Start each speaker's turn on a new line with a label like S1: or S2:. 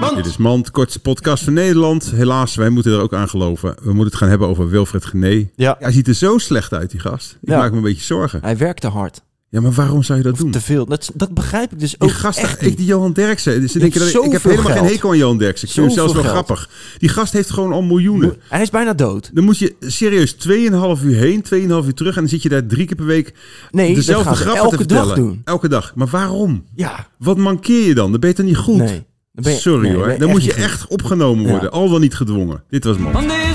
S1: Mand.
S2: Dit is Mand, kortste podcast van Nederland. Helaas, wij moeten er ook aan geloven. We moeten het gaan hebben over Wilfred Gené.
S1: Ja.
S2: Hij ziet er zo slecht uit, die gast. Ik
S1: Ja.
S2: maak me een beetje zorgen.
S1: Hij werkte hard.
S2: Ja, maar waarom zou je dat
S1: Of
S2: doen?
S1: te veel. Dat, dat begrijp ik dus ook
S2: Die gast,
S1: echt
S2: ik,
S1: niet.
S2: die Johan Derksen. Dus ze denken dat ik, ik heb
S1: zoveel
S2: helemaal geen
S1: geld.
S2: hekel aan Johan Derksen. Ik vind hem zelfs wel
S1: Zoveel geld.
S2: grappig. Die gast heeft gewoon al miljoenen.
S1: Hij is bijna dood.
S2: Dan moet je serieus 2,5 uur heen, 2,5 uur terug. En dan zit je daar drie keer per week
S1: Nee,
S2: dezelfde
S1: dat gaat hij
S2: grappen te
S1: elke dag
S2: vertellen.
S1: doen.
S2: Elke dag. Maar waarom?
S1: Ja,
S2: Wat mankeer je dan? Dan ben je toch niet goed?
S1: nee. Dan ben je-
S2: Sorry
S1: nee,
S2: hoor.
S1: ben
S2: Dan moet
S1: echt
S2: je
S1: niet goed.
S2: echt opgenomen worden.
S1: Ja.
S2: Al dan niet gedwongen. Dit was man.
S3: Dit